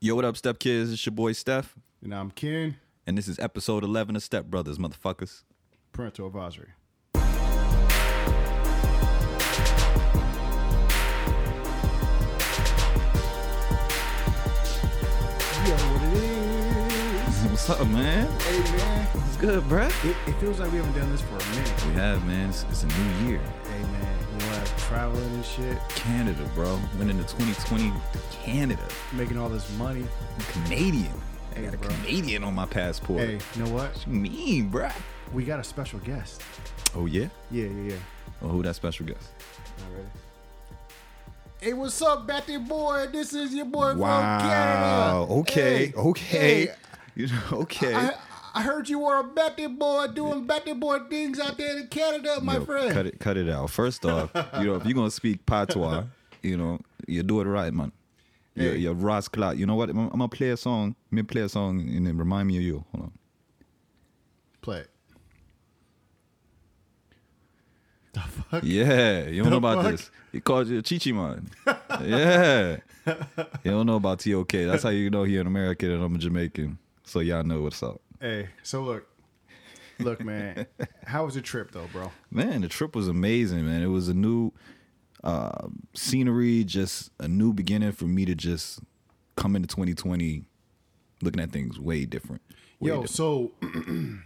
Yo, what up, Step Kids? It's your boy Steph, And I'm Ken, and this is episode 11 of Step Brothers, motherfuckers. parental advisory. Yo, what it is? What's up, man? Hey, man. It's good, bruh. It, it feels like we haven't done this for a minute. We have, man. It's, it's a new year. Hey, man. You know, like traveling and shit, Canada, bro. Went into 2020 to Canada. making all this money. I'm Canadian. I Hey, got a bro. Canadian on my passport. Hey, you know what? What you mean, bruh? We got a special guest. Oh, yeah? Yeah, yeah, yeah. Well, who that special guest? All right. Hey, what's up, Batty Boy? This is your boy from Wow. Canada. Okay. Hey, okay. hey, You know, okay. I, I heard you were a Batty Boy doing Batty Boy things out there in Canada, my Yo, friend. Cut it, cut it out. First off, you know, if you're gonna speak patois, you know, you do it right, man. You're, Hey. you're Ross Clark. You know what? I'm, I'm gonna play a song. Let me play a song and then remind me of you. Hold on. Play it. The fuck? Yeah, you don't know about fuck? this. He called you Chichi man. yeah, you don't know about TOK. That's how you know he an American and I'm a Jamaican. So y'all know what's up. Hey, so look. Look, man. how was your trip, though, bro? Man, the trip was amazing, man. It was a new uh, scenery, just a new beginning for me to just come into 2020 looking at things way different. Way Yo, different. so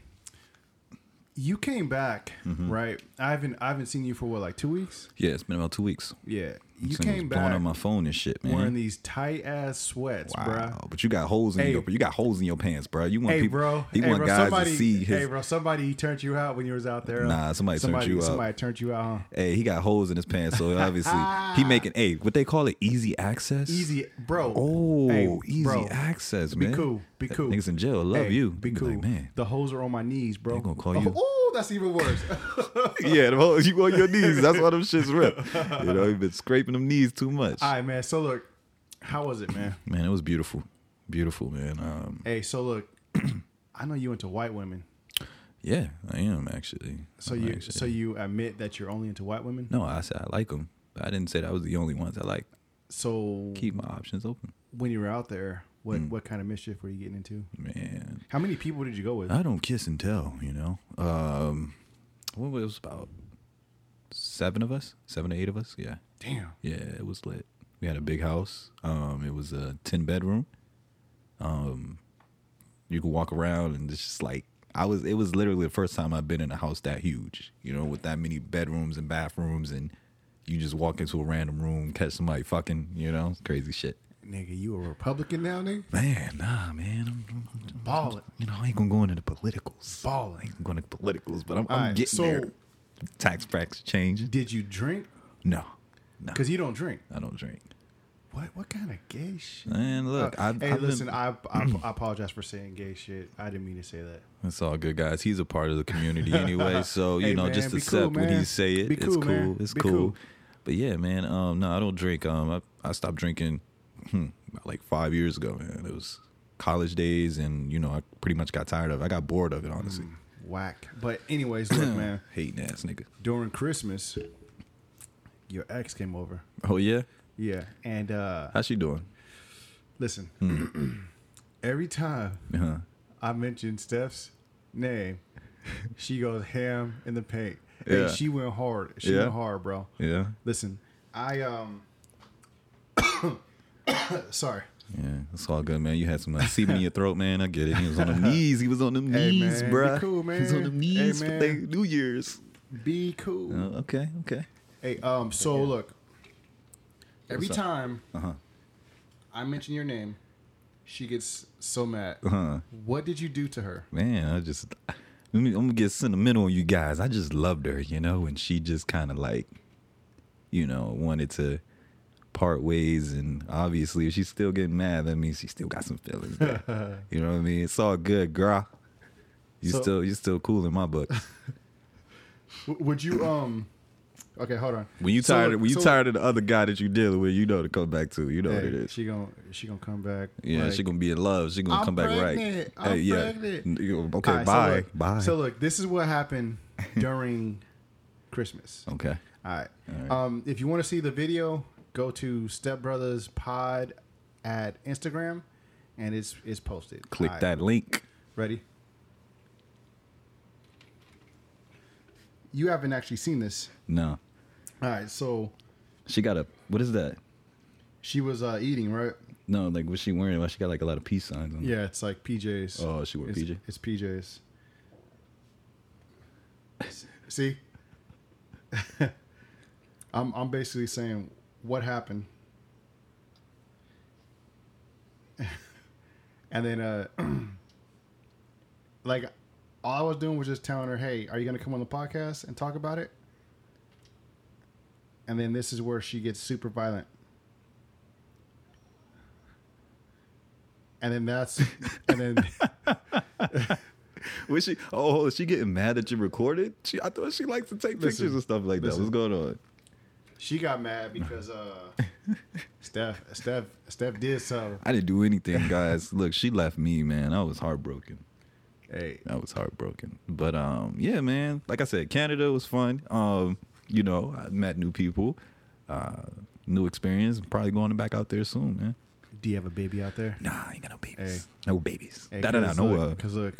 you came back, Mm-hmm. right? I haven't I haven't seen you for what, like two weeks? Yeah, it's been about two weeks. Yeah, you This thing was came blowing back up my phone and shit, man. wearing these tight ass sweats, wow, bruh. but you got holes in Hey. your you got holes in your pants, bro. You want Hey, people, bro. you hey, want bro, guys somebody, to see his. Hey, bro. Somebody turned you out when you was out there. Nah, somebody turned somebody, you out. Somebody turned you out. Huh? Hey, he got holes in his pants, so obviously he making hey, what they call it, easy access. Easy, bro. Oh, Hey, easy bro. access, Be man. cool. Be That cool. Niggas in jail, love Hey, you. Be You cool, like, man. The hoes are on my knees, bro. gonna call you- Oh, ooh, that's even worse. yeah, the whole, you on your knees. That's why them shits rip. You know, you've been scraping them knees too much. All right, man. So look, how was it, man? man, it was beautiful, beautiful, man. Um, Hey, so look, I know you into white women. yeah, I am actually. So I'm you, actually- so you admit that you're only into white women. no, I said I like them. I didn't say that was the only ones I like. So Keep Mm. my options open, when you were out there, what what kind of mischief were you getting into? man. How many people did you go with? I don't kiss and tell, you know. Um, what was it was about seven of us, seven to eight of us. Yeah, Damn. yeah, it was lit. We had a big house. Um, it was a ten bedroom. Um, you could walk around and it's just like I was. It was literally the first time I've been in a house that huge. You know, with that many bedrooms and bathrooms, and you just walk into a random room, catch somebody fucking. You know, crazy shit. Nigga, you a Republican now, nigga? Man, nah, man. I'm, I'm- I'm- Ballin'. you know, I ain't gonna go into the politicals. I Balling. ain't going to politicals, but I'm, All I'm right, getting so- there. Tax brackets changing. Did you drink? No, no, Because you don't drink. I don't drink. What what kind of gay shit? And look, I've, Uh, hey, I've been- listen, I, I I apologize for saying gay shit. I didn't mean to say that. it's all good, guys. He's a part of the community anyway, so you Hey, know, man, just be accept cool, when man. he say it. Be it's cool, cool. man. It's Be cool. cool. But yeah, man. Um, no, I don't drink. Um, I I stopped drinking hmm, about like five years ago, man. It was college days, and you know, I pretty much got tired of. it. I got bored of it, honestly. Mm. Whack. But anyways, look, man. Hating ass nigga. During Christmas, your ex came over. Oh yeah, Yeah, and uh how's she doing? listen, Hmm. every time Uh-huh. I mention Steph's name, she goes ham in the paint. Hey, Yeah. she went hard. She Yeah. went hard, bro. Yeah, Listen, I um, sorry. Yeah, it's all good, man. You had some uh, semen in your throat, man. I get it. He was on them knees. He was on them Hey, knees, man, be bruh. cool, He was on man. them Hey, knees for man. thank- New Year's. Be cool. Oh, okay, okay. Hey, um, so look, every up? time Uh-huh. I mention your name, she gets so mad. Uh-huh. What did you do to her? Man, I just let me, I'm gonna get sentimental on you guys. I just loved her, you know, and she just kind of like, you know, wanted to part ways, and obviously, if she's still getting mad, that means she still got some feelings. There. you know what I mean? It's all good, girl. You So- still you still cool in my book. W- would you um? Okay, hold on. When you So tired, look, when you so- tired of the other guy that you dealing with, you know to come back to. You know what Hey, it is. She gonna she gonna come back. Yeah, like- she gonna be in love. She gonna I'm come back right. pregnant. I'm yeah. pregnant. N- you- Okay, All right, bye, So look, bye. So look, this is what happened during Christmas. All okay. right. All right. Um, if you want to see the video, go to Step Brothers Pod at Instagram, and it's it's posted. Click All right, that link. Ready? You haven't actually seen this. No. All right, so She got a what is that? she was uh, eating, right? No, like what's she wearing? Why she got like a lot of peace signs on? Yeah, it's like PJs. Oh, she wore it's, PJ? It's PJs. S- See, I'm I'm basically saying what happened, and then uh, like all I was doing was just telling her, "Hey, are you gonna come on the podcast and talk about it?" And then this is where she gets super violent. And then that's, and then Was she? Oh, is she getting mad that you recorded? She, I thought she liked to take Listen, pictures and stuff like that. listen. What's going on? She got mad because uh, Steph, Steph, Steph did so. I didn't do anything, guys. Look, she left me, man. I was heartbroken. Hey, I was heartbroken. But um, yeah, man. Like I said, Canada was fun. Um, you know, I met new people, uh, new experience. Probably going back out there soon, man. do you have a baby out there? Nah, I ain't got no babies. No babies. Hey, da da da. 'cause No. look- Uh, Cause look,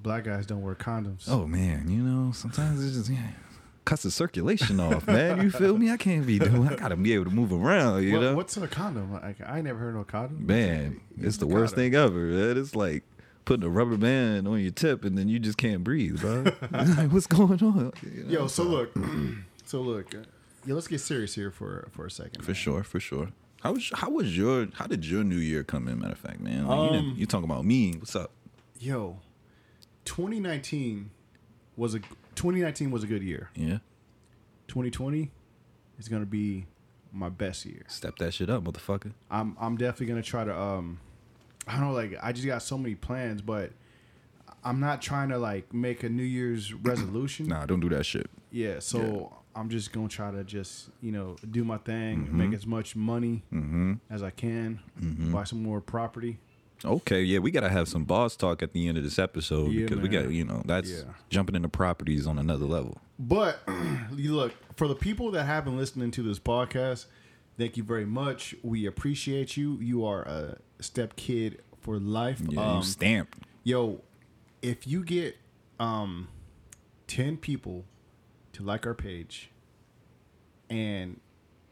black guys don't wear condoms. oh man, you know, sometimes it's just yeah, cuts the circulation off, man. You feel me? I can't be doing. I gotta be able to move around. You What- know. what's a condom? Like I ain't never heard no condom. Man, it's the worst thing ever. Man. It's like putting a rubber band on your tip and then you just can't breathe, bro. like, what's going on? You know? Yo, so look, so look, uh, yo, let's get serious here for for a second. For sure, for sure. How was how was your how did your new year come in? Matter of fact, man, like, Um, you, didn't- you talking about me? What's up? Yo, 2019 was a 2019 was a good year. Yeah, 2020 is gonna be my best year. step that shit up, motherfucker. I'm I'm definitely gonna try to um I don't know like I just got so many plans, but I'm not trying to like make a New Year's resolution. Nah, don't do that shit. Yeah, so I'm just gonna try to just you know do my thing, Mm-hmm. make as much money as I can, buy some more property. Okay, yeah, we gotta have some boss talk at the end of this episode Yeah, because we man. got you know that's Yeah. jumping into properties on another level. But you look for the people that have been listening to this podcast. Thank you very much. We appreciate you. You are a step kid for life. Yeah, you Um, stamped. yo if you get um 10 people to like our page and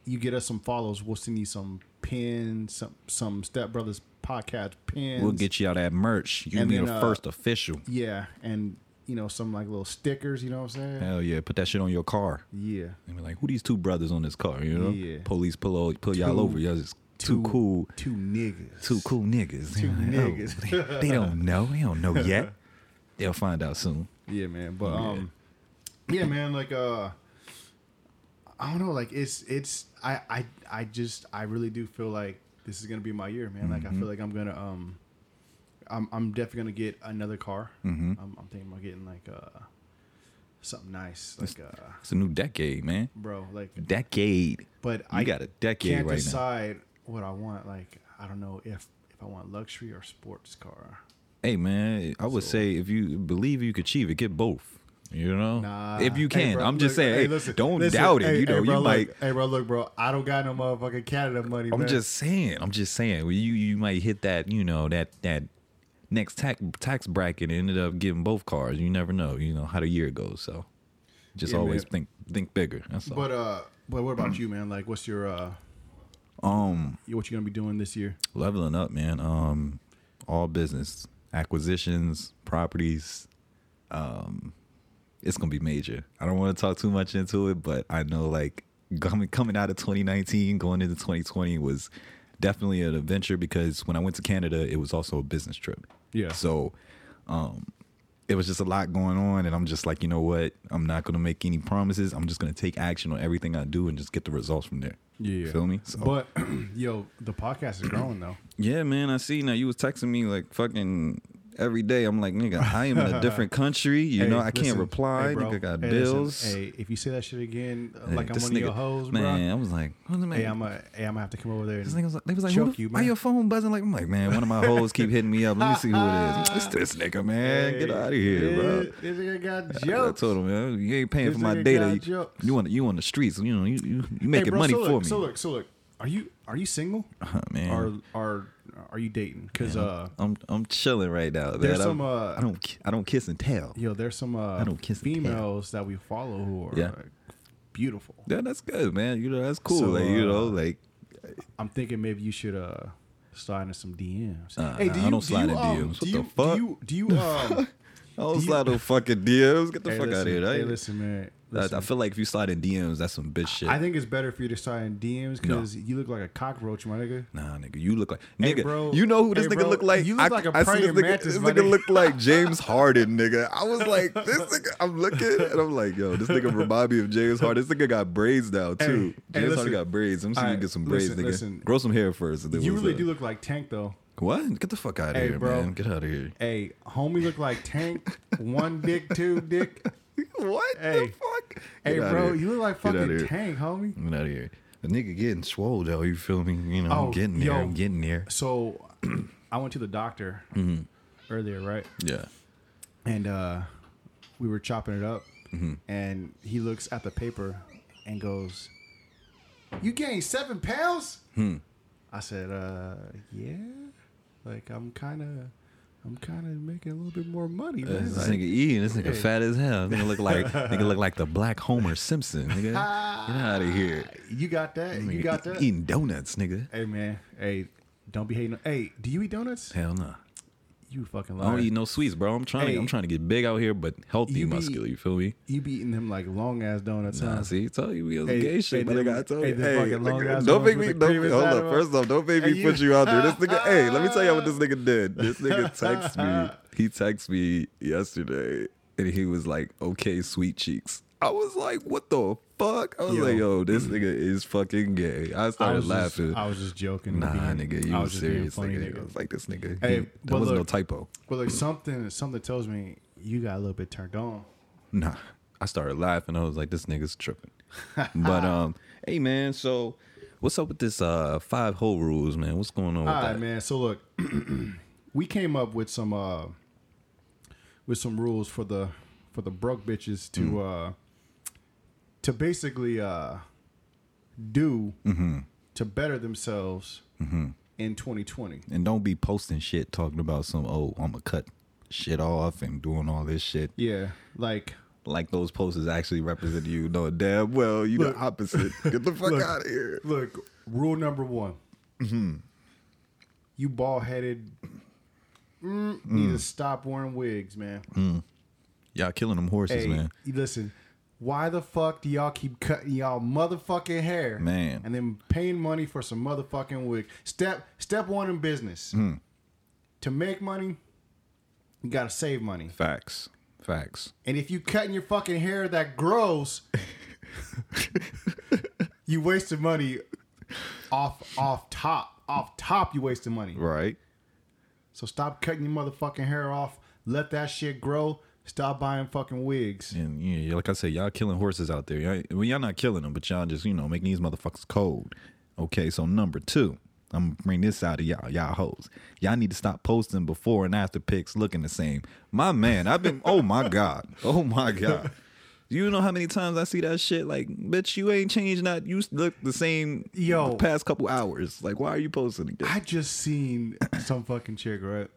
you get us some follows we'll send you some pins some some step brothers podcast pins We'll get you all that merch. You and be then, the uh, first official. yeah and you know some like little stickers you know what i'm saying Hell yeah, put that shit on your car. yeah And be like, who these two brothers on this car? You know, Yeah. police pull all, pull Two- y'all over. Y'all just two, cool, two niggas two cool niggas. Two You know, niggas. oh, they, they don't know. They don't know yet. They'll find out soon. Yeah, man. But Yeah. um, yeah, man. Like uh, I don't know. Like it's it's I I I just I really do feel like this is gonna be my year, man. Like I Mm-hmm. feel like I'm gonna um, I'm I'm definitely gonna get another car. Mm-hmm. I'm, I'm thinking about getting like uh, something nice, like uh, It's a new decade, man. bro, like. Decade. But You I got a decade can't right now. decide what I want. Like I don't know if if I want luxury or sports car. Hey man, I would say if you believe you could achieve it, get both. You know, Nah. if you can, Hey, bro, I'm just look, saying. Hey, listen, don't listen, doubt it. hey, you know, hey, bro, you look, might. Hey, bro, look, bro. I don't got no motherfucking Canada money. I'm man. just saying. I'm just saying. Well, you you might hit that you know that that next tax tax bracket and ended up getting both cars. You never know. You know how the year goes. So just Yeah, always man. think think bigger. That's all. But uh, but what about you, man? Like, what's your uh, um, what you gonna be doing this year? leveling up, man. Um, all business acquisitions, properties. Um, it's gonna be major. I don't want to talk too much into it, but I know like coming coming out of 2019, going into 2020 was definitely an adventure because when I went to Canada, it was also a business trip. Yeah. So, um, it was just a lot going on, and I'm just like, you know what? I'm not gonna make any promises. I'm just gonna take action on everything I do and just get the results from there. Feel me? So- But yo, the podcast is growing though. yeah, man, I see. Now you was texting me like fucking every day. I'm like, nigga, I am in a different country. You know, I can't reply. Hey, bro. nigga, I got Hey, listen. bills. Hey, if you say that shit again, uh, Hey, like I'm this one of your hoes, bro. man. I was like, what the man? Hey, I'm a, hey, I'm gonna have to come over there. this And, nigga was like, they was like, choke who the, you, why man. your phone buzzing? Like, I'm like, man, one of my hoes keep hitting me up. Let me see who it is. It's this nigga, man. Get Hey, out of here, bro. This this nigga got I jokes. told him, man, you ain't paying This for my nigga data. got You, jokes. you on the- you on the streets. You know, you you, you Hey, making bro, money so for look, me. So look, so look. Are you are you single? Uh, man, Or are are you dating? Because uh, I'm I'm chilling right now. Man. there's I'm- some, uh, I don't ki- I don't kiss and tell. yo, there's some uh, don't kiss and tell. females that we follow who are Yeah. like, beautiful. Yeah, that's good, man. You know that's cool. So, like you uh, know, like I'm thinking maybe you should uh slide in some DMs. Uh, nah, I don't slide in DMs. do What you, the fuck? Do you do you um? I don't you- slide no fucking DMs. Get the hey, fuck out listen, of here. Hey, right? listen, man. I- Listen. I, feel like if you slide in DMs, that's some bitch shit. I think it's better for you to slide in DMs No. because you look like a cockroach, my nigga. Nah, nigga, you look like Hey, nigga. bro. you know who this Hey, nigga bro, look like? you look I, like a I see this praying nigga. mantis, this my nigga nigga. look like James Harden, nigga. I was like, this nigga. I'm looking and I'm like, yo, this nigga remind me of James Harden. This nigga got braids now too. Hey, hey, James listen. Harden got braids. I'm seeing you Alright, get some braids, listen, nigga. listen. Grow some hair first. And then You what's really up? do look like Tank though. What? Get the fuck out of Hey, here, bro. man. Get out of here. Hey, homie, look like Tank. One dick, two dick. what Hey. the fuck? Hey, Get outta bro, here. you look like Get outta fucking here. Tank, homie. Get out of here. The nigga getting swole, though. You feel me? You know, Oh, I'm getting there. yo. I'm getting there. So, I went to the doctor Mm-hmm. earlier, right? Yeah. and uh, we were chopping it up, Mm-hmm. and he looks at the paper and goes, "You gained seven pounds." Hmm. I said, uh, "Yeah, like I'm kind of, I'm kind of making a little bit more money." man." Uh, This Like, nigga eating. This nigga Hey. fat as hell. Nigga look like nigga look like the black Homer Simpson. Nigga, get out of here. you got that? You Nigga got eat- that? Eating donuts, nigga. Hey man, hey, don't be hating. Hey, do you eat donuts? Hell no. You fucking I liar. don't eat no sweets, bro. I'm trying. Hey. to, I'm trying to get big out here, but healthy, You be- muscular. You feel me? You be eating them like long ass donuts. Nah, huh? see, told you we was Hey, gay shit, hey, my them- nigga. I told hey, you. them Hey, fucking long nigga, ass don't ones make with me. the Don't, cream hold inside up. of 'em. First off, don't make Hey, me you- put you out there. This nigga. hey, let me tell you what this nigga did. This nigga texted me. He texted me yesterday, and he was like, "Okay, sweet cheeks." I was like, "What the fuck?" I was Yo. like, "Yo, this nigga is fucking gay." I I started was laughing. Just, I was just joking. nah, being- nigga, you I was just being serious, funny, nigga. I was like, uh, "This nigga." Hey, Hey, but there was no look- typo. But like something, something tells me you got a little bit turned on. Nah. I started laughing. I was like, this nigga's tripping. but um, hey man, so what's up with this uh five hole rules, man? What's going on with All right, that? man. So look, we came up with some uh with some rules for the for the broke bitches to Mm. uh to basically uh do Mm-hmm. to better themselves in 2020. And don't be posting shit talking about some oh, I'ma cut shit off and doing all this shit. Yeah, like Like those posters actually represent you. No, damn well, you Look. the opposite. Get the fuck Look. out of here. look, rule number one. Mm-hmm. You bald headed. Mm, Need to stop wearing wigs, man. Y'all killing them horses, Hey, Mm, man. listen. Why the fuck do y'all keep cutting y'all motherfucking hair, Man. And then paying money for some motherfucking wig. Step step one in business. Mm. To make money, you gotta save money. Facts. Facts. And if you cutting your fucking hair that grows, you wasted money off off top off top. You wasted money. Right. So stop cutting your motherfucking hair off. Let that shit grow. Stop buying fucking wigs. And you know, like I said, y'all killing horses out there. Y'all, well, y'all not killing them, but y'all just you know making these motherfuckers cold. Okay, so number two, I'm gonna bring this out of y'all, y'all hoes. Y'all need to stop posting before and after pics looking the same. My man, I've been. oh my god. Oh my god. You know how many times I see that shit? Like, bitch, you ain't changed. Not you look the same. Yo. the past couple hours. Like, why are you posting again? I just seen some fucking chick, right?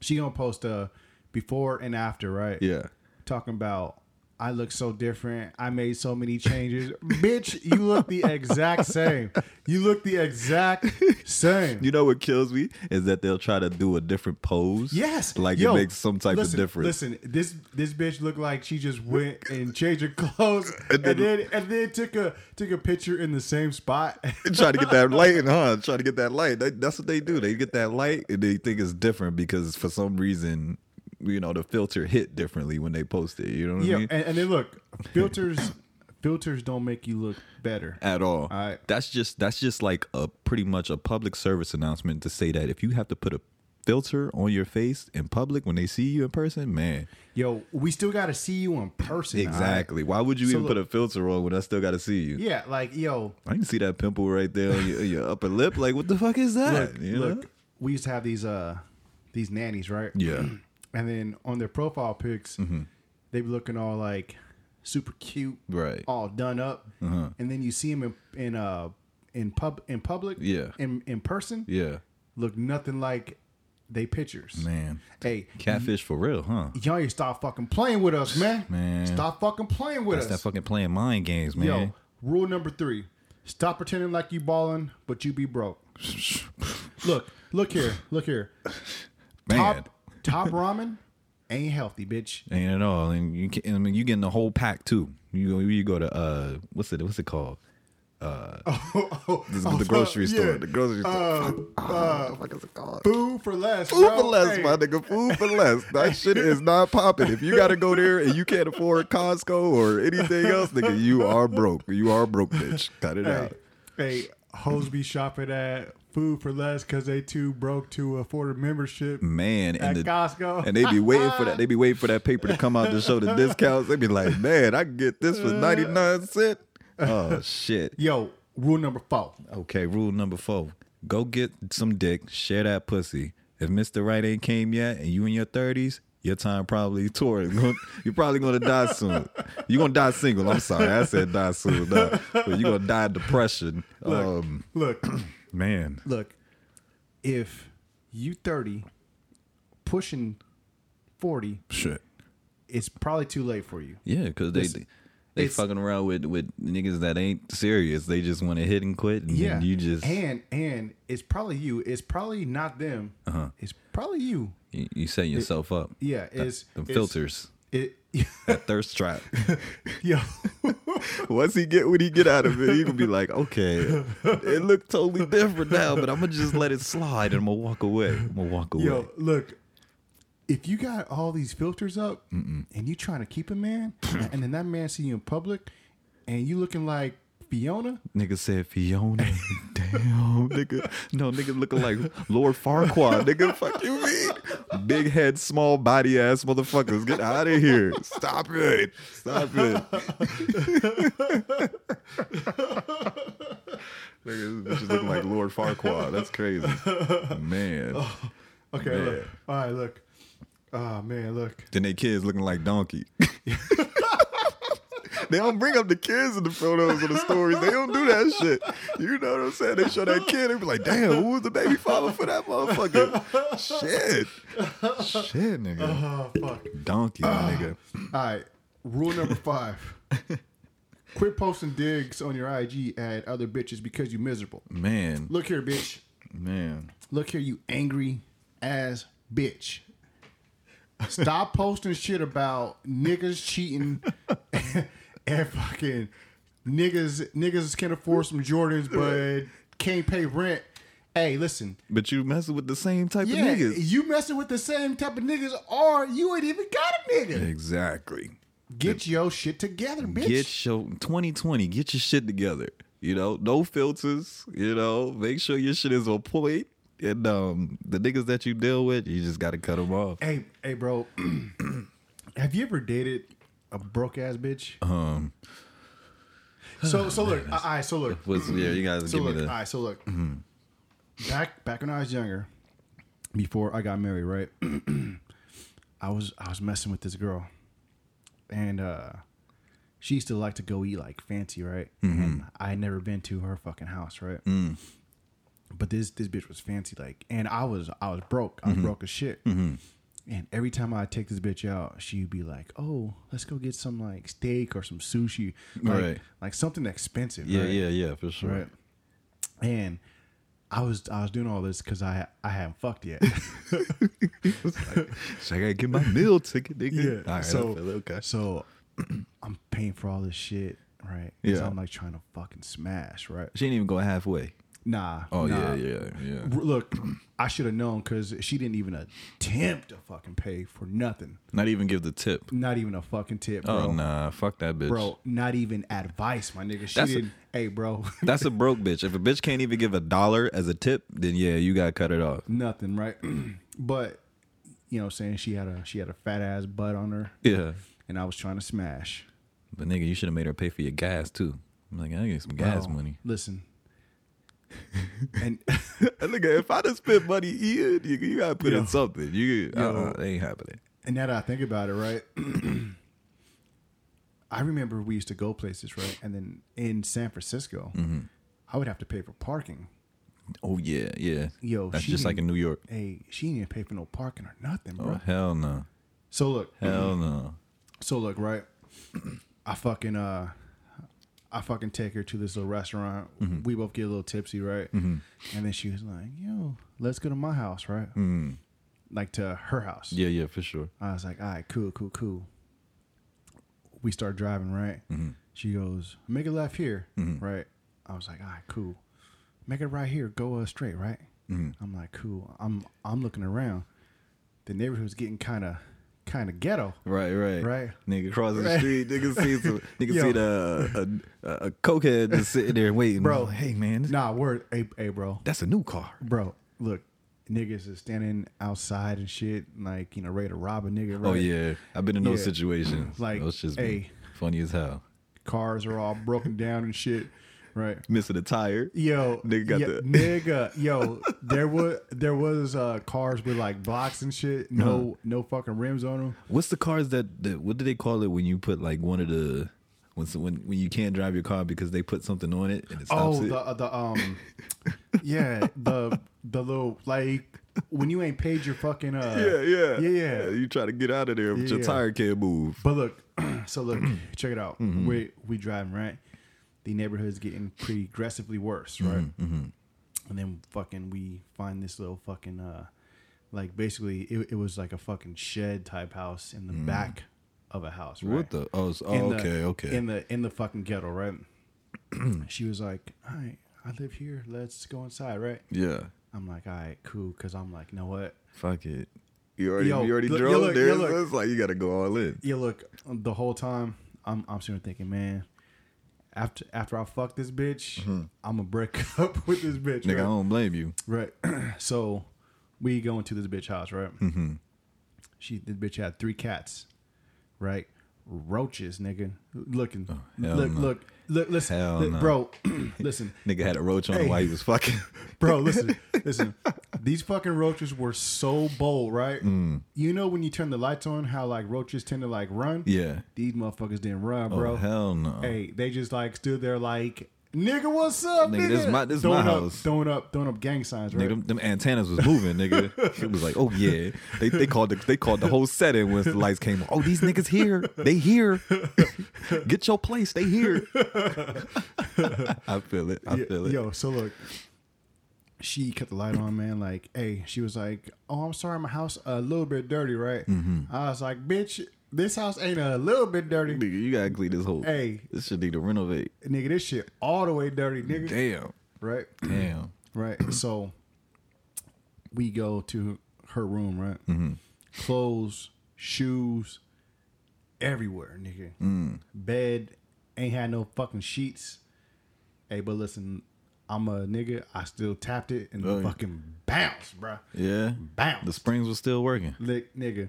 She gonna post a before and after, right? yeah. Talking about I look so different. I made so many changes. Bitch, you look the exact same. You look the exact same. You know what kills me is that they'll try to do a different pose. Yes. like Yo, it makes some type listen, of difference. Listen, this this bitch looked like she just went and changed her clothes and then, then- and then took a took a picture in the same spot. trying to get that light, huh? Trying to get that light. They, that's what they do. They get that light and they think it's different because for some reason, you know, the filter hit differently when they post it. You know what yeah, I mean? and, and then look, filters filters don't make you look better. At all. Alright. That's just that's just like a pretty much a public service announcement to say that if you have to put a filter on your face in public when they see you in person, man. Yo, we still got to see you in person. all right? Exactly. Why would you So even look- put a filter on when I still got to see you? Yeah, like yo, I can see that pimple right there on your, your upper lip. Like, what the fuck is that? look, you know? look, we used to have these uh these nannies, right? Yeah. Mm-hmm. And then on their profile pics, they be looking all like super cute, Right. Uh-huh. All done up, and then you see them in, in uh in pub in public, Yeah. in in person, Yeah. look nothing like they pictures. Man. Hey, Catfish for real, huh? y'all need to stop fucking playing with us, man. Man. Stop fucking playing with That's that us. fucking playing mind games, man. Yo, rule number three. Stop pretending like you balling, but you be broke. look, look here, look here. man. Top top ramen ain't healthy, bitch. Ain't at all. And you can, I mean you getting the whole pack too. You go you go to uh what's it what's it called? Oh, oh, The, the grocery yeah. Uh, store. The grocery store. Ah, Food for less. Food bro. for less, Hey, my nigga. Food for less. That shit is not popping. If you gotta go there and you can't afford Costco or anything else, nigga, you are broke. You are broke, bitch. Cut it Hey, out. hey, hoes be shopping at food for less because they too broke to afford a membership Man, at and the, Costco. and they be waiting for that. They be waiting for that paper to come out to show the discounts. They be like, man, I can get this for ninety nine cent. Oh shit. Yo, rule number four. Okay, rule number four. Go get some dick, share that pussy. If Mr. Right ain't came yet and you in your 30s, your time probably toward You're probably gonna die soon. You're gonna die single. I'm sorry. I said die soon. nah. But you're gonna die of depression. Look, Um look, man. look. If you thirty, pushing forty, Shit. it's probably too late for you. Yeah, because they they it's- fucking around with, with niggas that ain't serious. They just wanna hit and quit and Yeah, then you just and and it's probably you. It's probably not them. Uh-huh. It's probably you. you, you setting yourself up. Yeah, it's Them it's- filters. It, That thirst trap. yo, Once he get when he get out of it, he gonna be like, okay, it looked totally different now, but I'm gonna just let it slide and I'm gonna walk away. I'm gonna walk away. yo, look. If you got all these filters up and you trying to keep a man, and then that man see you in public, and you looking like Fiona, Nigga said Fiona. Damn, nigga. No, nigga looking like Lord Farquaad. Nigga, fuck you mean? Big head, small body ass motherfuckers. Get out of here. Stop it. Stop it. nigga, this bitch is looking like Lord Farquaad. That's crazy. Man. Okay, look. Man. All right, look. Oh man, look. Then they kids looking like donkey. they don't bring up the kids in the photos or the stories. They don't do that shit. You know what I'm saying? They show that kid. They be like, damn, who was the baby father for that motherfucker? shit, shit, nigga, Oh fuck. Uh-huh. donkey, my nigga. All right. Rule number five. Quit posting digs on your IG at other bitches because you miserable. Man, Look here, bitch. man, Look here, you angry ass bitch. Stop posting shit about niggas cheating and fucking niggas niggas can afford some Jordans but can't pay rent. Hey, listen, but you messing with the same type Yeah, of niggas. you messing with the same type of niggas, or you ain't even got a nigga. Exactly. Get your shit together, bitch. Get your 2020. Get your shit together. You know, no filters. You know, make sure your shit is on point. And um, the niggas that you deal with, you just gotta cut them off. hey, hey, bro. have you ever dated a broke ass bitch? Um, So, so look. All right, so look. was yeah, you guys So give look. me All the Mm-hmm. right, so look. Back back when I was younger, before I got married, right? I was I was messing with this girl, and uh, she used to like to go eat like fancy, right? Mm-hmm. And I had never been to her fucking house, right? Mm. But this this bitch was fancy, like, and I was I was broke, I Mm-hmm. was broke as shit. And every time I take this bitch out, she'd be like, "Oh, let's go get some like steak or some sushi, like, Right. like something expensive." yeah, right? yeah, yeah, for sure. right? And I was I was doing all this because I I hadn't fucked yet. So I gotta get my meal ticket, nigga. All right, so I feel okay. so I'm paying for all this shit, right? 'Cause Yeah. I'm like trying to fucking smash, right? She didn't even go halfway. Nah. Oh yeah, nah. yeah, yeah. R- Look, I should have known because she didn't even attempt to fucking pay for nothing. Not even give the tip. Not even a fucking tip, bro. Oh nah, fuck that bitch. Bro, not even advice, my nigga. She That's a- didn't. hey, bro, That's a broke bitch. If a bitch can't even give a dollar as a tip, then yeah, you gotta cut it off. nothing, right? but you know, what I'm saying she had a she had a fat ass butt on her. Yeah. and I was trying to smash. But nigga, you should have made her pay for your gas too. I'm like, I get some gas Bro, money. Listen. and nigga, if I just spent money in, you, you gotta put Yo. in something. You Yo. uh, that ain't happening. and now that I think about it, right? Mm-hmm. I remember we used to go places, right? And then in San Francisco, I would have to pay for parking. Oh yeah, yeah. Yo, that's she just like in didn't- New York. Hey, she didn't even pay for no parking or nothing, bro. Oh hell no, So look, hell no. so look, right? I fucking uh, I fucking take her to this little restaurant. Mm-hmm. We both get a little tipsy, right? And then she was like, "Yo, let's go to my house, right? Mm. Like to her house." Yeah, yeah, for sure. I was like, all right, cool, cool, cool. We start driving, right? Mm-hmm. She goes, make a left here, right? I was like, all right, cool. Make it right here. Go uh, straight, right? Mm-hmm. I'm like, cool. I'm I'm looking around. The neighborhood's getting kind of kind of ghetto. Right, right, Right. Nigga crossing the Right. street, nigga see some, nigga Yo. see the uh, a, a, a cokehead just sitting there waiting. Bro. hey man, this- Nah, word, hey, hey, bro, that's a new car. bro. Look, niggas is standing outside and shit, like you know, ready to rob a nigga. Right? Oh yeah, I've been in those Yeah. situations. Like, those just hey. funny as hell. Cars are all broken down and shit, right? Missing a tire. Yo, Nigga got yo, the- nigga, yo, there was there was uh, cars with like blocks and shit, no no fucking rims on them. What's the cars that, that what do they call it when you put like one of the when so- when when you can't drive your car because they put something on it and it stops Oh, it? the uh, the um, yeah, the the little like when you ain't paid your fucking uh, yeah, yeah. You try to get out of there, but your Yeah. tire can't move. But look, so look, check it out. Mm-hmm. We we driving right. The neighborhood's getting progressively worse, Mm-hmm, right? And then fucking we find this little fucking uh, like basically it, it was like a fucking shed type house in the back of a house, right? Mm. What the? Oh, so- oh, In the- okay, okay. In the in the fucking ghetto, right? she was like, "All right, I live here. Let's go inside, right?" yeah. I'm like, "All right, cool," because I'm like, "You know what?" Fuck it. You already Yo, you already look- yo, drove look, there. yo, look. so it's like you got to go all in. Yeah, look, the whole time I'm I'm sitting there thinking, man, after after I fuck this bitch, I'm gonna break up with this bitch, Mm-hmm. Nigga, I don't blame you. right? Right. so we go into this bitch house, right? Mm-hmm. She this bitch had three cats, right? Roaches, nigga. Looking, Oh, hell look, no. look, look, listen, Hell li- no. bro, listen, Nigga had a roach on him while he was fucking. bro, listen, listen. These fucking roaches were so bold, right? Mm. You know when you turn the lights on, how like roaches tend to like run. yeah. Oh, These motherfuckers didn't run, Bro, bro. hell no. hey, they just like stood there like, nigga, what's up, nigga? Nigga, this my- this throwing my up, house. Throwing up, throwing up gang signs, Nigga, right? them, them antennas was moving, nigga. It was like, oh yeah. They, they called the they called the whole set in once the lights came on. Oh, these niggas here. They here. Get your place. They here. I feel it. I Ye- feel it. Yo, so look, she kept the light on, man. Like, hey, she was like, oh, I'm sorry, my house a little bit dirty, right? Mm-hmm. I was like, bitch, this house ain't a little bit dirty, Nigga, you gotta clean this whole. Hey. this shit need to renovate. nigga. This shit all the way dirty, nigga. Damn. Right, Damn. right. so we go to her room, right? Mm-hmm. Clothes, shoes, everywhere, nigga. Mm. Bed ain't had no fucking sheets. Hey, but listen, I'm a nigga. I still tapped it and Oh, yeah. fucking bounced, bruh. Yeah. Bounced, The springs was still working. Lick, nigga.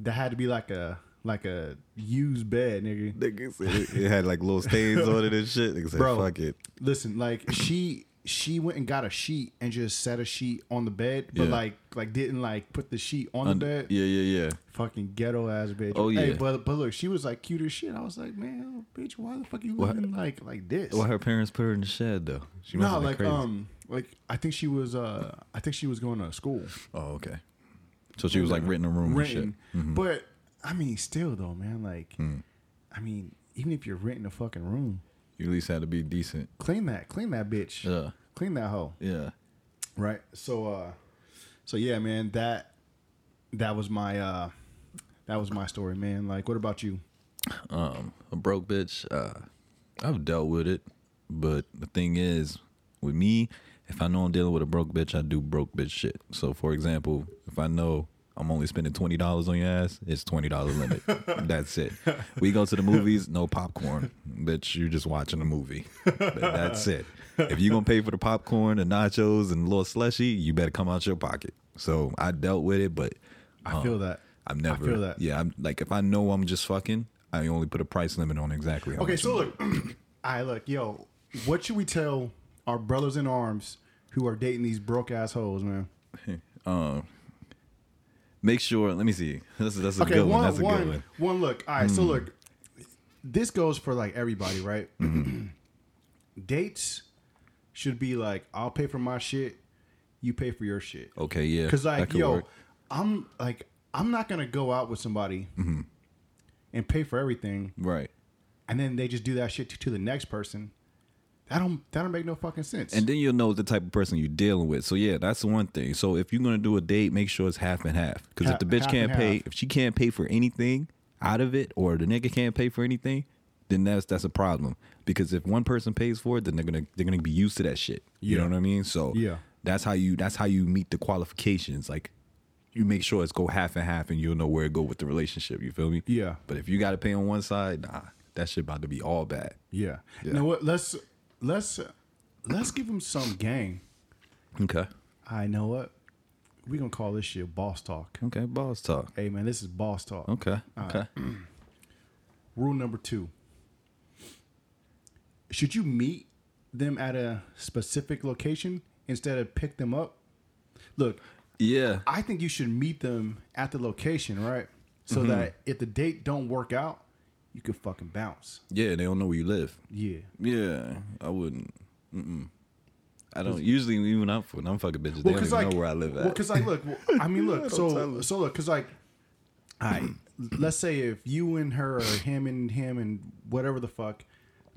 That had to be like a like a used bed, nigga. Nigga said it, it had like little stains on it and shit. Nigga said, Bro. fuck it. Listen, like she she went and got a sheet and just set a sheet on the bed, but Yeah. like like didn't like put the sheet on Und- the bed. yeah, yeah, yeah. Fucking ghetto ass bitch. Oh, Hey, yeah. but but look, she was like cute as shit. I was like, man, bitch, why the fuck you looking like like this? Well, her parents put her in the shed though. She must No, have been like crazy. um, like I think she was uh, I think she was going to school, Oh, okay. So she was like renting a room renting. and But I mean, still though, man, like, Hmm. I mean, even if you're renting a fucking room, shit. You at least had to be decent. clean that, clean that bitch, Yeah. clean that hoe. Yeah. Right. So uh so yeah, man, that that was my uh that was my story, man. Like what about you? Um, a broke bitch. Uh, I've dealt with it, but the thing is, with me, if I know I'm dealing with a broke bitch, I do broke bitch shit. So, for example, if I know I'm only spending twenty dollars on your ass, it's twenty dollars limit. that's it. We go to the movies, no popcorn, bitch. You're just watching a movie. But that's it. If you're gonna pay for the popcorn and nachos and a little slushy, you better come out your pocket. So I dealt with it, but I Oh, feel that. I'm never. feel that. Yeah, I'm like if I know I'm just fucking, I only put a price limit on exactly. How Okay, much so look, I look, yo, what should we tell our brothers in arms who are dating these broke assholes, man? make sure. Let me see. That's that's a Okay, good one, one. That's a one, good one. Mm. one look. All right, so look, Mm-hmm. this goes for like everybody, right? Dates should be like, I'll pay for my shit, you pay for your shit. Okay, yeah. Because like, could yo, work. I'm like, I'm not gonna go out with somebody Mm-hmm. and pay for everything, right? and then they just do that shit to, to the next person. That don't that don't make no fucking sense. And then you'll know the type of person you're dealing with. So yeah, that's the one thing. So if you're gonna do a date, make sure it's half and half. Because if Ha- the bitch half can't and pay, half. if she can't pay for anything out of it, or the nigga can't pay for anything, then that's that's a problem. Because if one person pays for it, then they're gonna they're gonna be used to that shit. You know Yeah. what I mean? So Yeah. that's how you that's how you meet the qualifications. Like you make sure it's go half and half, and you'll know where to go with the relationship. You feel me? Yeah. But if you gotta pay on one side, nah, that shit about to be all bad. yeah. You know what? Let's let's let's give them some gang. Okay. I know what we gonna call this shit boss talk. Okay. Balls talk. Hey man, this is boss talk. Okay. Okay. Rule number two. Should you meet them at a specific location instead of pick them up? Look, Yeah. I think you should meet them at the location, right? Mm-hmm. So that if the date don't work out, you can fucking bounce. Yeah, they don't know where you live. Yeah. Yeah, I wouldn't. Mm-mm. I don't usually even when I'm when I'm fucking bitches. they don't even know where I live at. Well, cause like, look, well, I mean, look. so, so look, cause like, I let's say if you and her or him and him and whatever the fuck,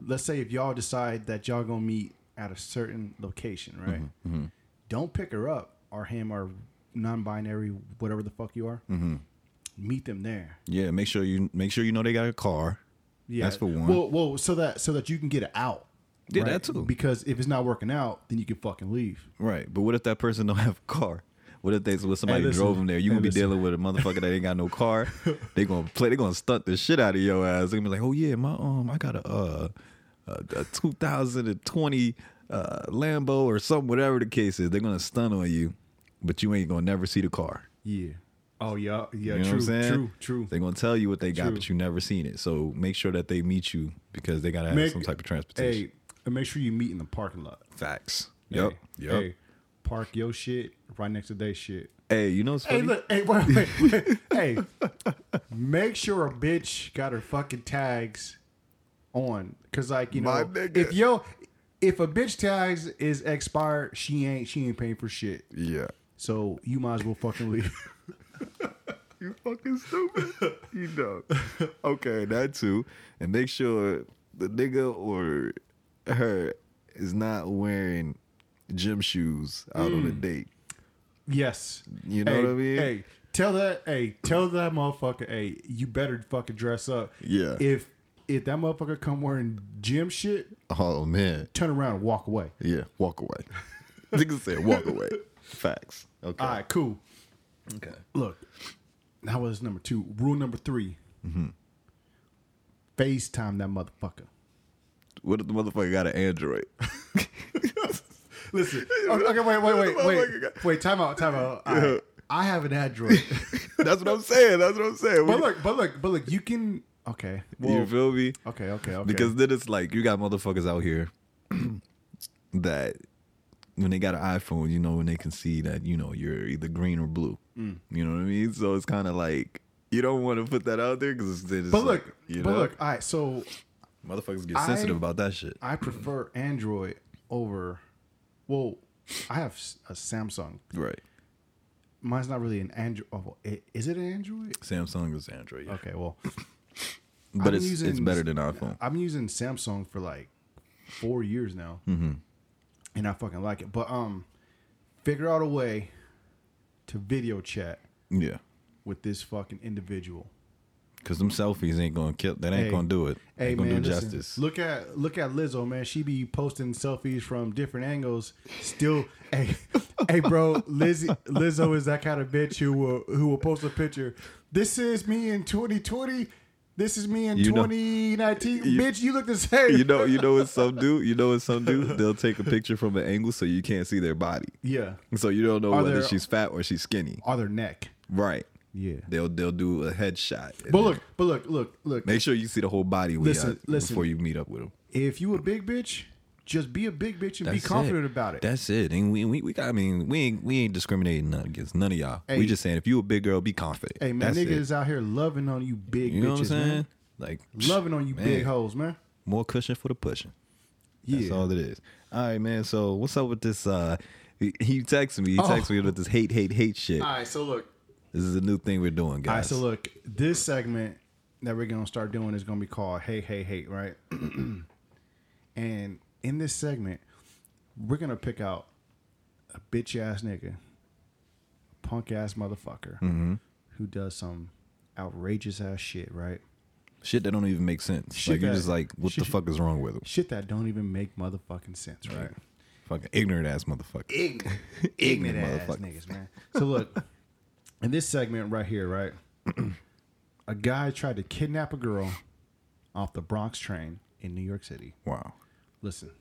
let's say if y'all decide that y'all gonna meet at a certain location, right? Mm-hmm, Don't pick her up or him or non-binary, whatever the fuck you are. Mm-hmm. Meet them there. yeah, make sure you make sure you know they got a car. Yeah, That's for one. Well, well, so that so that you can get it out. Yeah, that too. Because if it's not working out, then you can fucking leave. Right, but what if that person don't have a car? What if they what somebody listen. drove them there? You Hey, gonna be listen. dealing with a motherfucker that ain't got no car. they gonna play. They gonna stunt the shit out of your ass. They gonna be like, oh yeah, my um, I got a uh, a, a 2020 uh Lambo or something, whatever the case is. They're gonna stunt on you, but you ain't gonna never see the car. Yeah. Oh yeah, yeah. You know true, what I'm saying? true, true. They're gonna tell you what they got, True. but you never seen it. So make sure that they meet you because they gotta have Make- some type of transportation. Hey, and make sure you meet in the parking lot. Facts. Yep. Hey, yep. Hey. hey, park your shit right next to their shit. you know what's funny? Hey, look. Hey, wait, wait, wait. hey, make sure a bitch got her fucking tags on, cause like you know, My nigga. if yo, if a bitch tags is expired, she ain't she ain't paying for shit. Yeah. So you might as well fucking leave. You fucking stupid. you know. Okay, that too. And make sure the nigga or her is not wearing gym shoes out on a Mm. date. Yes. You know Hey, what I mean? Hey, tell that hey, tell that motherfucker, hey, you better fucking dress up. Yeah. If if that motherfucker come wearing gym shit, Oh man. turn around and walk away. Yeah. Walk away. nigga said walk away. Facts. Okay. All right, cool. Okay. Look, that was number two. Rule number 3 Mm-hmm. FaceTime that motherfucker. What if the motherfucker got an Android? Listen. Oh, Okay, wait, wait, wait, Motherfucker wait. got- Wait, time out, time out. All right. I have an Android. That's what I'm saying. That's what I'm saying. but look, but look, but look, you can okay. you Well, feel me? okay, okay, okay. Because then it's like you got motherfuckers out here that when they got an iPhone, you know, and they can see that you know you're either green or blue. Mm. You know what I mean? So it's kind of like you don't want to put that out there because it's, it's but like, look, you but know? look, all right, so motherfuckers get sensitive I- about that shit. I prefer Android over. Well, I have s- a Samsung. right? Mine's not really an Android. Oh, well, i- is it an Android? Samsung is Android, yeah. Okay, well, but I'm it's it's using- better than iPhone. I'm using Samsung for like four years now, and I fucking like it. But um, figure out a way to video chat Yeah, with this fucking individual. because them selfies ain't gonna kill. That ain't Hey. gonna do it. Hey ain't man, gonna do listen, justice. look at look at Lizzo, man. She be posting selfies from different angles. Still, hey, hey, bro, Lizzie, Lizzo is that kind of bitch who will who will post a picture. This is me in 2020. This is me in You know- 2019. you- bitch, you look the same. you know, you know what some do. You know what some do. They'll take a picture from an angle so you can't see their body, yeah, so you don't know Are whether there- she's fat or she's skinny. or their neck. Right. Yeah. They'll they'll do a headshot. and But then look, but look, look, look. make sure you see the whole body. When Listen, y'all- listen. before you meet up with them. If you a big bitch, just be a big bitch and be confident about it. That's it. And we we, we got, I mean we ain't we ain't discriminating none against none of y'all. Hey. We just saying if you a big girl, be confident. hey man, That's niggas it. is out here loving on you big you know bitches, what I'm saying? man. Like Loving on you man, big hoes, man. More cushion for the pushing. That's Yeah. all it is. All right, man. So what's up with this? Uh, he- he texted me. He Oh. texted me with this hate, hate, hate shit. All right, so look. This is a new thing we're doing, All right, guys. so look. This segment that we're gonna start doing is gonna be called "Hey, Hey, Hate," right? and in this segment, we're gonna pick out a bitch ass nigga, a punk ass motherfucker, who does some outrageous ass shit, right? shit that don't even make sense. Shit like you're that- just like, what shit- the fuck is wrong with him? Shit that don't even make motherfucking sense, right? Fucking ignorant ass motherfucker. ignorant, Ignorant ignorant ass motherfucker. niggas, man. So look, in this segment right here, right, a guy tried to kidnap a girl off the Bronx train in New York City. wow. Listen,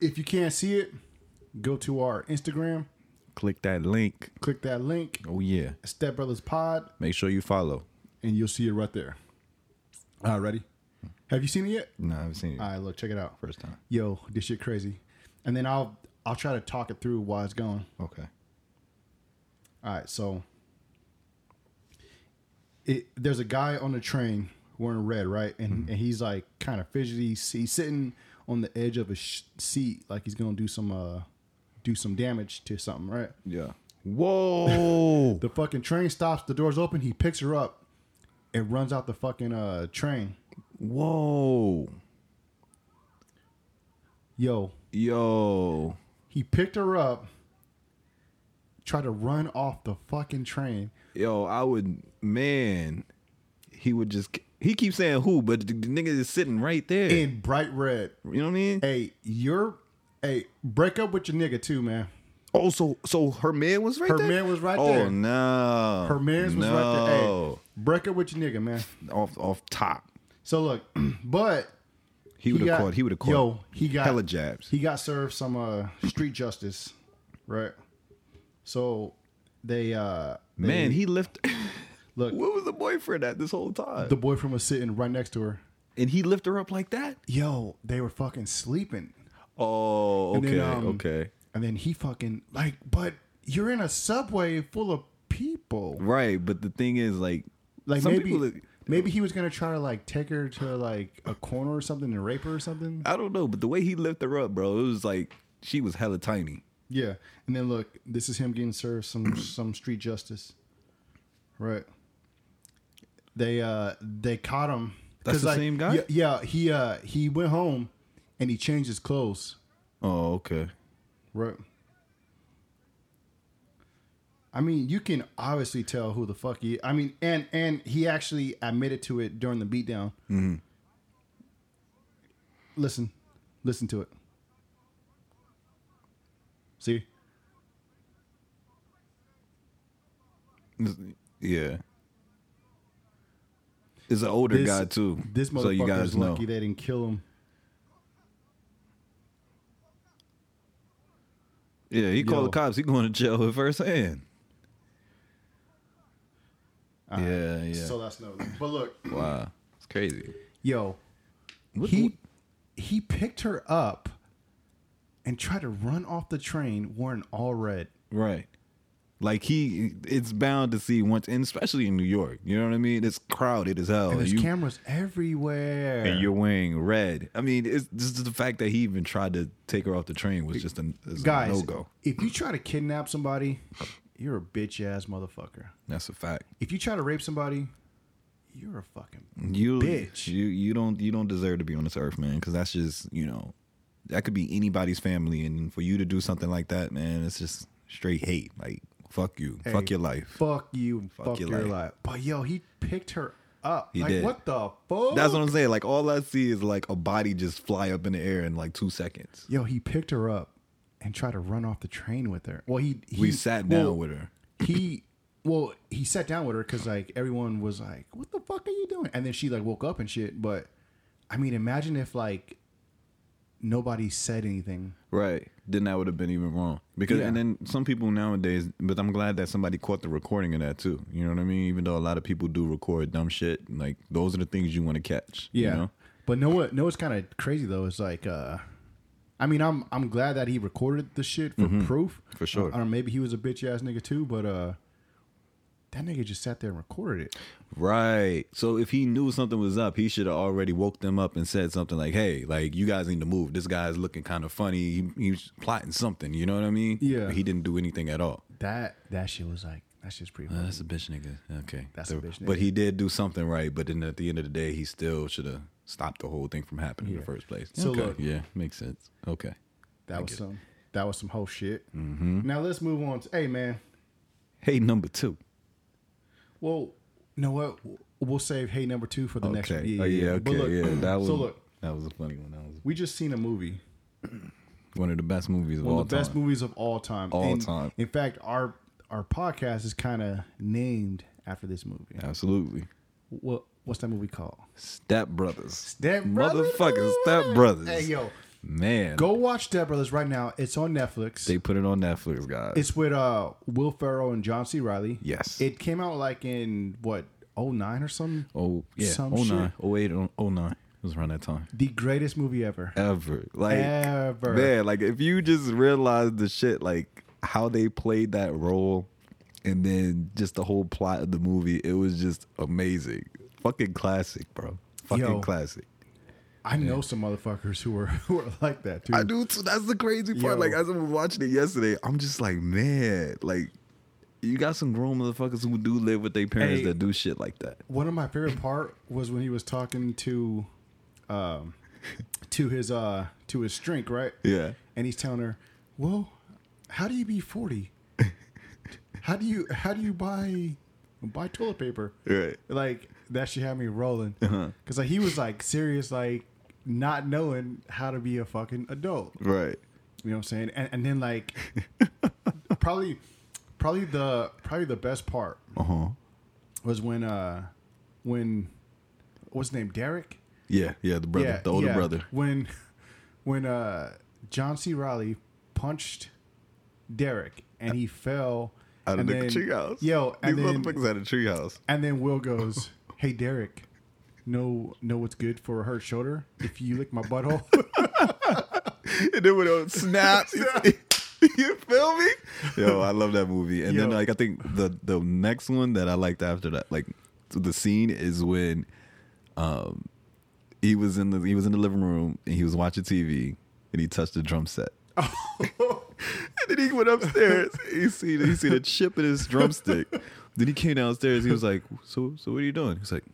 if you can't see it, go to our Instagram, Click that link. click that link, Oh yeah. Step Brothers Pod, Make sure you follow. and you'll see it right there. All right, ready? Have you seen it yet? No, I haven't seen it All right, look, check it out. first time. Yo, this shit crazy. And then I'll I'll try to talk it through while it's going. Okay. All right, so it, there's a guy on the train wearing red, right? And, and he's like kind of fidgety. He's, he's sitting on the edge of a sh- seat, like he's gonna do some uh do some damage to something, right? Yeah. Whoa. The fucking train stops, the doors open, he picks her up, and runs out the fucking uh train. Whoa. Yo, Yo. he picked her up, tried to run off the fucking train. Yo, I would man. He would just he keeps saying who, but the, the nigga is sitting right there. In bright red. you know what I mean? Hey, you're hey, break up with your nigga too, man. Oh, so so her man was right Her there. man was right oh, there. no. Her man's was right there. Hey, no. break up with your nigga, man. Off off top. So look, but He would have got- caught. He would have caught. Yo, he got hella jabs. He got served some uh, street justice, right? So they uh they- man, he lifted. look. Where was the boyfriend at this whole time? The boyfriend was sitting right next to her. and he lifted her up like that. Yo, they were fucking sleeping. Oh, And okay, then, um, okay, And then he fucking like, but you're in a subway full of people. right. But the thing is, like, Like some maybe people, maybe he was gonna try to like take her to like a corner or something and rape her or something. I don't know. But the way he lifted her up, bro, it was like she was hella tiny. Yeah, and then look, this is him getting served some some street justice, right? They uh they caught him. 'Cause, That's the same guy? Yeah, yeah, he uh he went home, and he changed his clothes, Oh, okay. right? I mean, you can obviously tell who the fuck he. I mean, and and he actually admitted to it during the beatdown. Mm-hmm. Listen, listen to it. See, Yeah. It's an older This- guy too. This motherfucker so you guys is know. lucky they didn't kill him. Yeah, he Yo. called the cops. He going to jail with first hand. yeah, yeah. So that's no. But look, wow, it's crazy. yo, What- he what- he picked her up and tried to run off the train wearing all red. Right. Like he, it's bound to see once, and especially in New York. You know what I mean? It's crowded as hell. And there's you, cameras everywhere. and you're wearing red. I mean, it's just the fact that he even tried to take her off the train was just a, Guys, no go. if you try to kidnap somebody, you're a bitch ass motherfucker. That's a fact. If you try to rape somebody, you're a fucking. You, Bitch. you, you don't, you don't deserve to be on this earth, man. Because that's just, you know, that could be anybody's family, and for you to do something like that, man, it's just straight hate. Like, fuck you, fuck your life. Fuck you. Fuck, your your, life. life. But yo, he picked her up. He like did. what the fuck? That's what I'm saying. Like, all I see is like a body just fly up in the air in like two seconds. Yo, he picked her up and tried to run off the train with her. Well, he, he we sat down with her. her. He well, he sat down with her because like everyone was like, "What the fuck are you doing?" And then she like woke up and shit. But I mean, imagine if like nobody said anything. Right. Then that would have been even wrong. Because Yeah. and then some people nowadays but I'm glad that somebody caught the recording of that too. You know what I mean? Even though a lot of people do record dumb shit, like those are the things you want to catch. You know? But no, what no, it's kind of crazy though. It's like, uh I mean, I'm I'm glad that he recorded the shit for proof Mm-hmm. For sure. Or, maybe he was a bitch ass nigga too. But uh that nigga just sat there and recorded it. Right. So if he knew something was up, he should have already woke them up and said something like, "Hey, like you guys need to move. This guy's looking kind of funny. He, he's plotting something. You know what I mean? Yeah. But he didn't do anything at all. That that shit was like that shit's pretty. Uh, funny. that's a bitch nigga. Okay. That's a So- bitch But nigga. he did do something right. But then at the end of the day, he still should have stopped the whole thing from happening in the Yeah. first place. So okay. look- yeah, makes sense. Okay. that was some that was some whole shit. Mm-hmm. Now let's move on. to Hey man, Hey, number two. well, you know what? We'll save hey number two for the next Okay. one. oh, yeah. Okay. But look, yeah. That was. so look, That was a funny one. That was we just seen a movie. one of the best movies of one all of the best time. movies of all time. All And time. In fact, our our podcast is kind of named after this movie. Absolutely. What what's that movie called? Step Brothers. Step Brothers. Motherfucking Step Brothers. Hey yo, Man. go watch Step Brothers right now. It's on Netflix. They put it on Netflix, guys. it's with uh Will Ferrell and John C. Riley. yes. It came out like in what 09 or something. oh, yeah. some 09, 08, oh- 09. It was around that time. The greatest movie ever. Ever. Like, Ever. Man, like, if you just realize the shit, like, how they played that role and then just the whole plot of the movie, it was just amazing. Fucking classic, bro. Fucking Yo. classic. I know some motherfuckers who are who are like that too. I do too. That's the crazy part. Yo. Like as I was watching it yesterday, I'm just like, man, like you got some grown motherfuckers who do live with their parents Hey. that do shit like that. One of my favorite part was when he was talking to, um, to his uh to his drink right, Yeah. and he's telling her, "Well, how do you be forty? How do you how do you buy buy toilet paper? Right. Like that shit had me rolling because Uh-huh. like he was like serious like." Not knowing how to be a fucking adult, Right. You know what I'm saying? And, and then like probably probably the probably the best part Uh-huh. was when uh when what's his name? Derek? Yeah, yeah, the brother, the older yeah. brother. When when uh John C. Riley punched Derek and he fell Out of and the then- treehouse. Yo, These and then, motherfuckers out of treehouse. and then Will goes, Hey Derek, know know what's good for a hurt shoulder? If you lick my butthole. And then when it snaps, you feel me? Yo, I love that movie. And then Yo. like I think the the next one that I liked after that, like the scene is when um he was in the he was in the living room and he was watching TV and he touched the drum set. and then he went upstairs. He seen he seen a chip in his drumstick. then he came downstairs. He was like, "So so what are you doing?" He's like,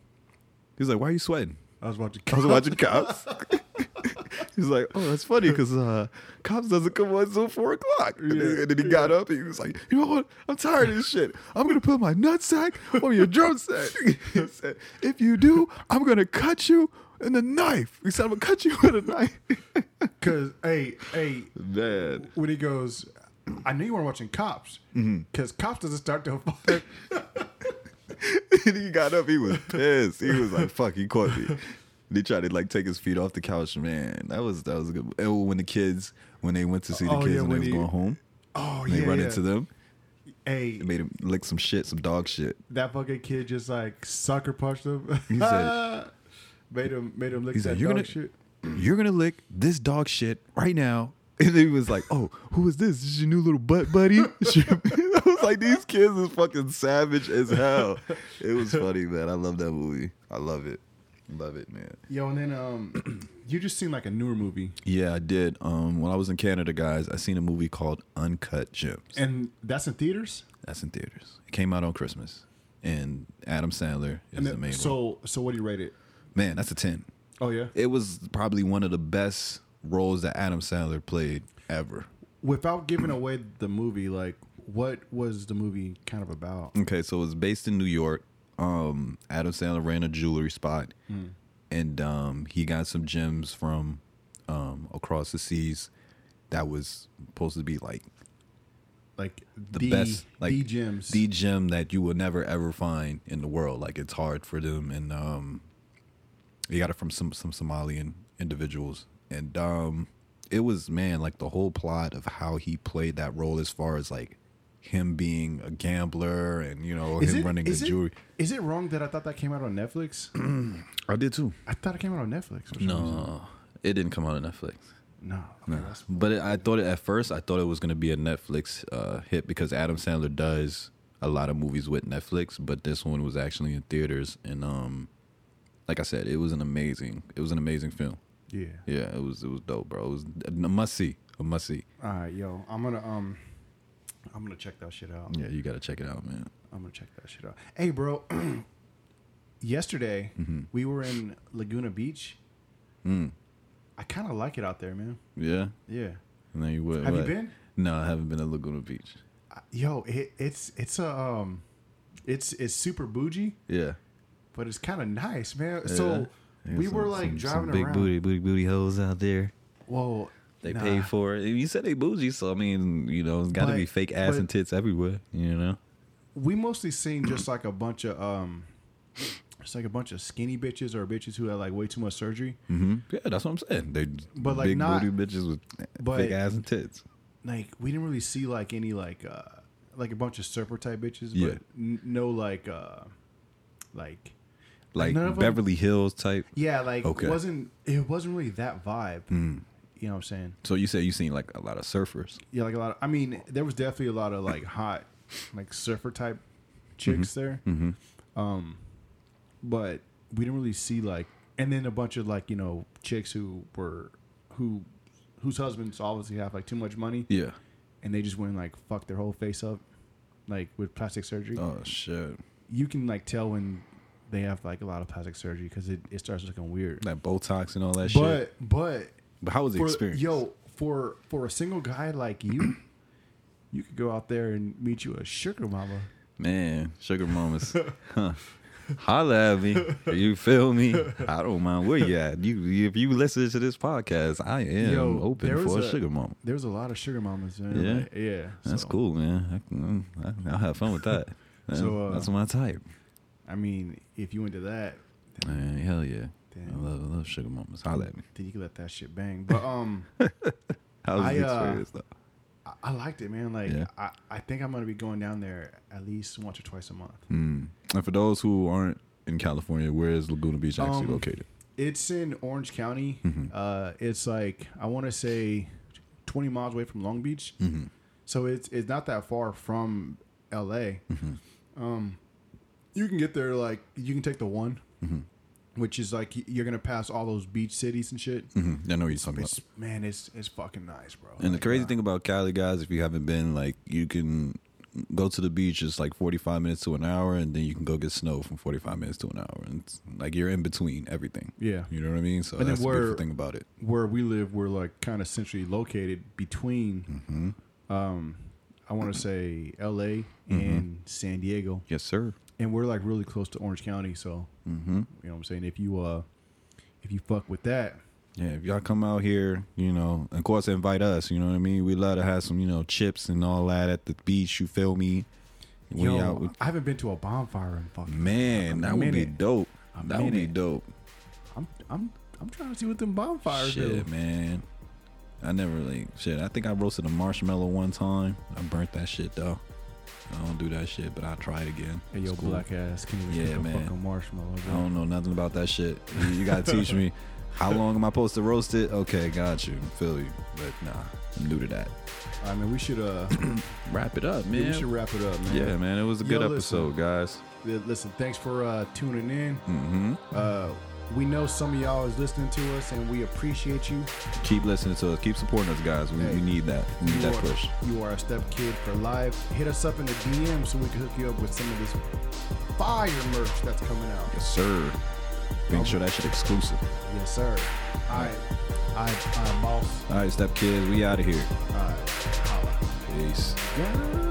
"He's like, why are you sweating?" I was watching I was watching Cops. He's like, oh, that's funny because uh, Cops doesn't come on until four o'clock. And, then, Yeah, and then he got up and he was like, you know what? I'm tired of this shit. I'm gonna put my nutsack on your drum sack. he said, if you do, I'm gonna cut you in the knife. He said, I'm gonna cut you with a knife. Cause hey, hey, Man, when he goes, I knew you weren't watching Cops Mm-hmm. because Cops doesn't start till five. and he got up. He was pissed. He was like, "Fuck, he caught me." And he tried to like take his feet off the couch. Man, that was that was a good. And when the kids when they went to see the Oh, kids yeah, when they when was he- going home, Oh and they yeah, run yeah. into them. Hey, It made him lick some shit, some dog shit. that fucking kid just like sucker punched him. He said- made him made him lick He's that like, "You're dog gonna, shit. you're gonna lick this dog shit right now. And he was like, "Oh, who is this? This is your new little butt buddy." I was like, "These kids is fucking savage as hell." It was funny, man. I love that movie. I love it. Love it, man. Yo, and then um, you just seen like a newer movie, Yeah, I did. Um, when I was in Canada, guys, I seen a movie called Uncut Gems. and that's in theaters. That's in theaters. It came out on Christmas, and Adam Sandler is And the main then, role. so so what do you rate it? Man, that's a ten. Oh yeah, It was probably one of the best roles that Adam Sandler played ever. without giving away the movie, like what was the movie kind of about? Okay, so it's based in New York. Um, Adam Sandler ran a jewelry spot, and um, he got some gems from um, across the seas that was supposed to be like Like the best, like the gems, the gem that you will never ever find in the world. Like it's hard for them, and um, he got it from some some Somalian individuals, and um, it was man like the whole plot of how he played that role as far as like him being a gambler and you know him running the is jewelry. It, is it wrong that I thought that came out on Netflix? I did too. I thought it came out on Netflix. or something. No, it didn't come out on Netflix. no, okay, that's- But it, I thought it, at first I thought it was going to be a Netflix uh, hit because Adam Sandler does a lot of movies with Netflix, but this one was actually in theaters and um like I said, it was an amazing it was an amazing film. Yeah. Yeah, it was it was dope, bro. It was a must see. A must see. All right, yo, I'm gonna um, I'm gonna check that shit out. Yeah, you gotta check it out, man. I'm gonna check that shit out. Hey, bro. yesterday we were in Laguna Beach. Mm-hmm. Mm. I kind of like it out there, man. Yeah. Yeah. And then you would Have you what? been? No, I haven't been to Laguna Beach. I- Yo, it, it's it's a um, it's it's super bougie, Yeah. but it's kind of nice, man. So Yeah, we some- were like some- driving some big around. booty booty booty hoes out there. Whoa. They nah. pay for it. You said they bougie, so I mean, you know, it's got to But- be fake ass but- and tits everywhere. You know, we mostly seen just like a bunch of um it's like a bunch of skinny bitches or bitches who had like way too much surgery mm-hmm. yeah, that's what I'm saying. They But, like, big not- booty bitches with but- fake ass and tits. like we didn't really see like any like uh like a bunch of stripper type bitches Yeah. but n- no like uh like Like none of 'em- Beverly Hills type. yeah like Okay. Mm. wasn't it wasn't really that vibe you know what i'm saying So you said you seen like a lot of surfers. yeah like a lot of, i mean there was definitely a lot of like hot like surfer type chicks there Mhm. um but we didn't really see like and then a bunch of like you know chicks who were who whose husbands obviously have like too much money Yeah. and they just went and like fuck their whole face up like with plastic surgery Oh shit. you can like tell when they have like a lot of plastic surgery because it, it starts looking weird Like Botox and all that shit. but but But how was the for, experience? yo for for a single guy like you you could go out there and meet you a sugar mama Man, sugar mamas. huh. Holla at me. You feel me? I don't mind where you at. You if you listen to this podcast, I am Yo, open there was for a a- sugar mama. there's a lot of sugar mamas man Yeah? Like, yeah That's so, cool, man. I can, I, I'll have fun with that. Man, So, uh, that's my type. i mean if you into that Man, hell yeah. I then, love, I love sugar mamas. Holla at me. then you can let that shit bang but um How was I, the uh, experience though? I, I liked it man like Yeah. I, I think i'm gonna be going down there at least once or twice a month Mm. And for those who aren't in California, where is Laguna Beach actually Um, located? It's in Orange County. Mhm. Uh, it's like I want to say twenty miles away from Long Beach, Mm-hmm. so it's it's not that far from L.A. Mm-hmm. Um, you can get there like you can take the one, Mhm. which is like y- you're gonna pass all those beach cities and shit. Mm-hmm. I know what you're talking about. It's man, it's it's fucking nice, bro. And the Like, crazy uh, thing about Cali, guys, if you haven't been, like, you can go to the beach. It's like forty-five minutes to an hour, and then you can go get snow from forty-five minutes to an hour. And it's, like you're in between everything. yeah, You know what I mean? So And then that's the we're- beautiful thing about it. where we live, we're like kind of centrally located between, Mm-hmm. um, I want to say L.A. and San Diego. Yes, sir. and we're like really close to Orange County, so Mm-hmm. you know what I'm saying. If you uh, if you fuck with that, Yeah, if y'all come out here, you know, of course, invite us. You know what I mean? We love to have some, you know, chips and all that at the beach. You feel me? We yo, out with- I haven't been to a bonfire in fucking. man, A that would be minute. dope. A That would be minute. dope. I'm I'm I'm trying to see what them bonfires Shit, do. man. I never really shit. I think I roasted a marshmallow one time. I burnt that shit though. I don't do that shit, but I try it again. Hey, yo, It's cool. black ass, can you Yeah, yeah, man. fucking marshmallow? I Bro? don't know nothing about that shit. You, you gotta teach me. How long am I supposed to roast it? Okay, got you. Feel you. But nah, I'm new to that. I mean, we should uh, Wrap it up, we man. should wrap it up, man. yeah, man. It was a Yo, good listen. episode, guys. Yeah, Listen, thanks for uh, tuning in. hmm Uh, we know some of y'all is listening to us, and we appreciate you. Keep listening to us. Keep supporting us, guys. We, Hey. we need that. We need you that are, push. You are a step kid for life. Hit us up in the DM so we can hook you up with some of this fire merch that's coming out. Yes, sir. Make sure that shit exclusive. Yes, sir. I, I, I'm uh, boss. All right, step kids. We out of here. I, holla. Peace. Yeah.